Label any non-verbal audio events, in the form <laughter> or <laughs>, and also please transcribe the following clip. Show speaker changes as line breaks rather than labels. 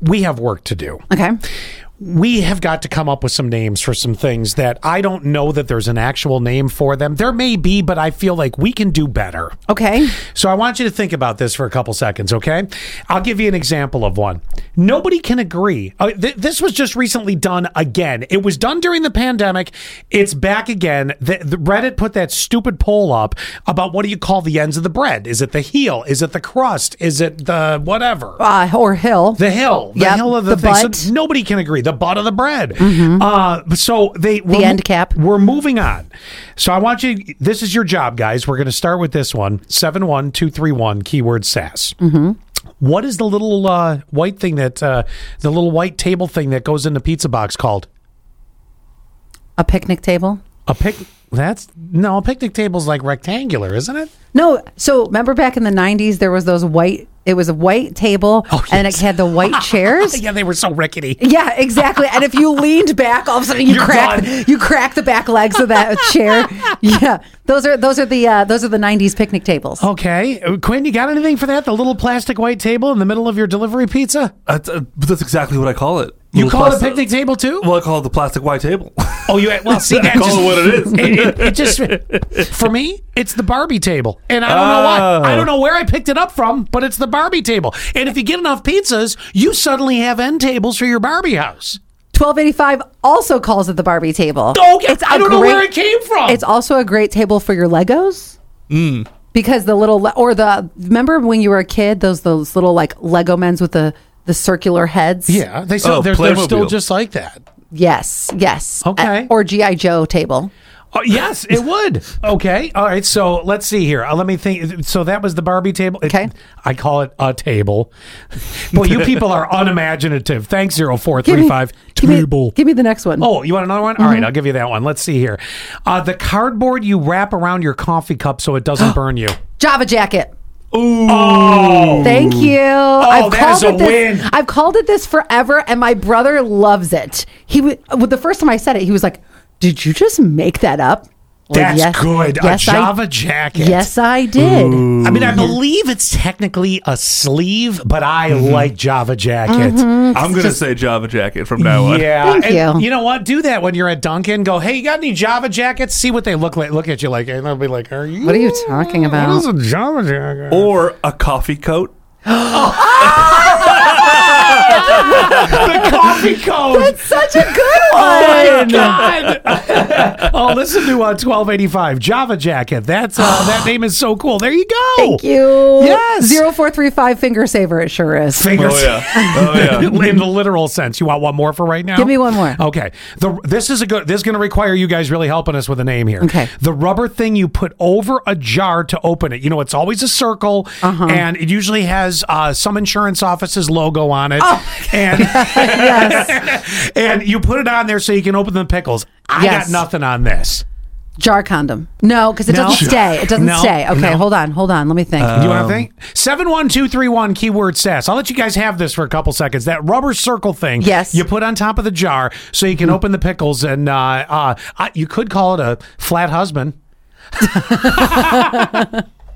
we have work to do.
Okay.
We have got to come up with some names for some things that I don't know that there's an actual name for them. There may be, but I feel like we can do better.
Okay.
So I want you to think about this for a couple seconds, okay? I'll give you an example of one. Nobody can agree. Uh, th- this was just recently done again. It was done during the pandemic. It's back again. The, the Reddit put that stupid poll up about what do you call the ends of the bread? Is it the heel? Is it the crust? Is it the whatever?
Uh, or Hill.
The hill, the
Yep,
hill of the,
the
thing. So
butt. Mm-hmm.
nobody can agree. The butt of the bread. Uh, so they the
end cap.
We're moving on. So I want you. This is your job, guys. We're going to start with this one. Seven one two three one. Keyword sass. Mm-hmm. is the little uh, white thing that uh, the little white table thing that goes in the pizza box called?
A picnic table.
A pic. That's no. A picnic table's like rectangular, isn't it?
No, so remember back in the '90s, there was those white. It was a white table,
Oh,
and
yes.
it had the white
<laughs>
chairs.
yeah, they were so rickety.
Yeah, exactly. And if you leaned back, all of a sudden you
You're
crack
done.
you crack the back legs of that
<laughs>
chair. Yeah, those are those are the uh, those are the '90s picnic tables.
Okay, Uh, Quinn, you got anything for that? The little plastic white table in the middle of your delivery pizza?
That's, uh, that's exactly what I call it.
You
Little
call it a
plastic-
picnic table too?
Well, I call it the plastic white table. <laughs>
Oh, you well see that
Call
just-
it what it is.
It, it- it just for me, it's the Barbie table, and I don't know why. I
Oh.
don't know where I picked it up from, but it's the Barbie table. And if you get enough pizzas, you suddenly have end tables for your Barbie house.
Twelve eighty five also calls it the Barbie table.
Oh, Okay, I
a
don't know where it came from. Hmm.
It's also a great table for your Legos. Because the little le- or the remember when you were a kid, those those little like Lego men's with the the circular heads.
yeah, they still
Oh,
they're, they're
Playmobil.
still just like that.
Yes. Yes.
Okay.
Uh, or GI Joe table.
Oh, yes, it would. Okay, all right. So let's see here. Uh, let me think. So that was the Barbie table. It-
Okay.
I call it a table. Boy, you people are unimaginative. Thanks, zero four three five
Give me,
table.
give me the next one.
Oh, you want another one? All
Mm-hmm.
right, I'll give you that one. Let's see here. Uh, the cardboard you wrap around your coffee cup so it
<gasps>
doesn't burn you.
Java jacket.
Ooh.
Thank you. Oh,
that is a
it this,
win.
I've called it this forever, and my brother loves it. He w- well, the first time I said it, he was like, "Did you just make that up?" Well,
That's
yes-
good.
yes,
a
I-
Java jacket.
Yes, I did.
I mean, I believe it's technically a sleeve, but I
Mm-hmm.
like Java jacket.
I'm going to say Java Jacket from now on.
Yeah.
Thank
And
you.
You know what? Do that when you're at Dunkin'. Go, hey, you got any Java jackets? See what they look like. Look at you like, and they'll be like, are you?
What are you talking
What is
about?
a Java jacket? <laughs>
Or a coffee coat.
the coffee cone.
Such a good
<laughs> Oh
one.
my God. uh, <laughs> oh, listen to uh, 1285 Java Jacket. That's
<gasps>
uh, that name is so cool. There you go.
Thank you.
Yes.
Zero four three five finger saver. It sure is.
Fingers. <laughs>
Oh, yeah. Oh, yeah.
In the literal sense, you want one more for right now?
Give me one more.
Okay. The this is a good. This is going to require you guys really helping us with a name here.
Okay.
The rubber thing you put over a jar to open it. You know, it's always a circle,
Uh-huh.
and it usually has uh, some insurance office's logo on it.
Oh
and <laughs>
<laughs>
and you put it on there so you can open the pickles. I
Yes.
got nothing on this.
Jar condom. No, because it
No.
doesn't stay. It doesn't
No,
stay. Okay,
no. Uh,
hold on, hold on. Let me think.
You want to think? 71231 keyword sass. I'll let you guys have this for a couple seconds. That rubber circle thing
Yes.
you put on top of the jar so you can open the pickles and uh, uh, I- you could call it a flat husband.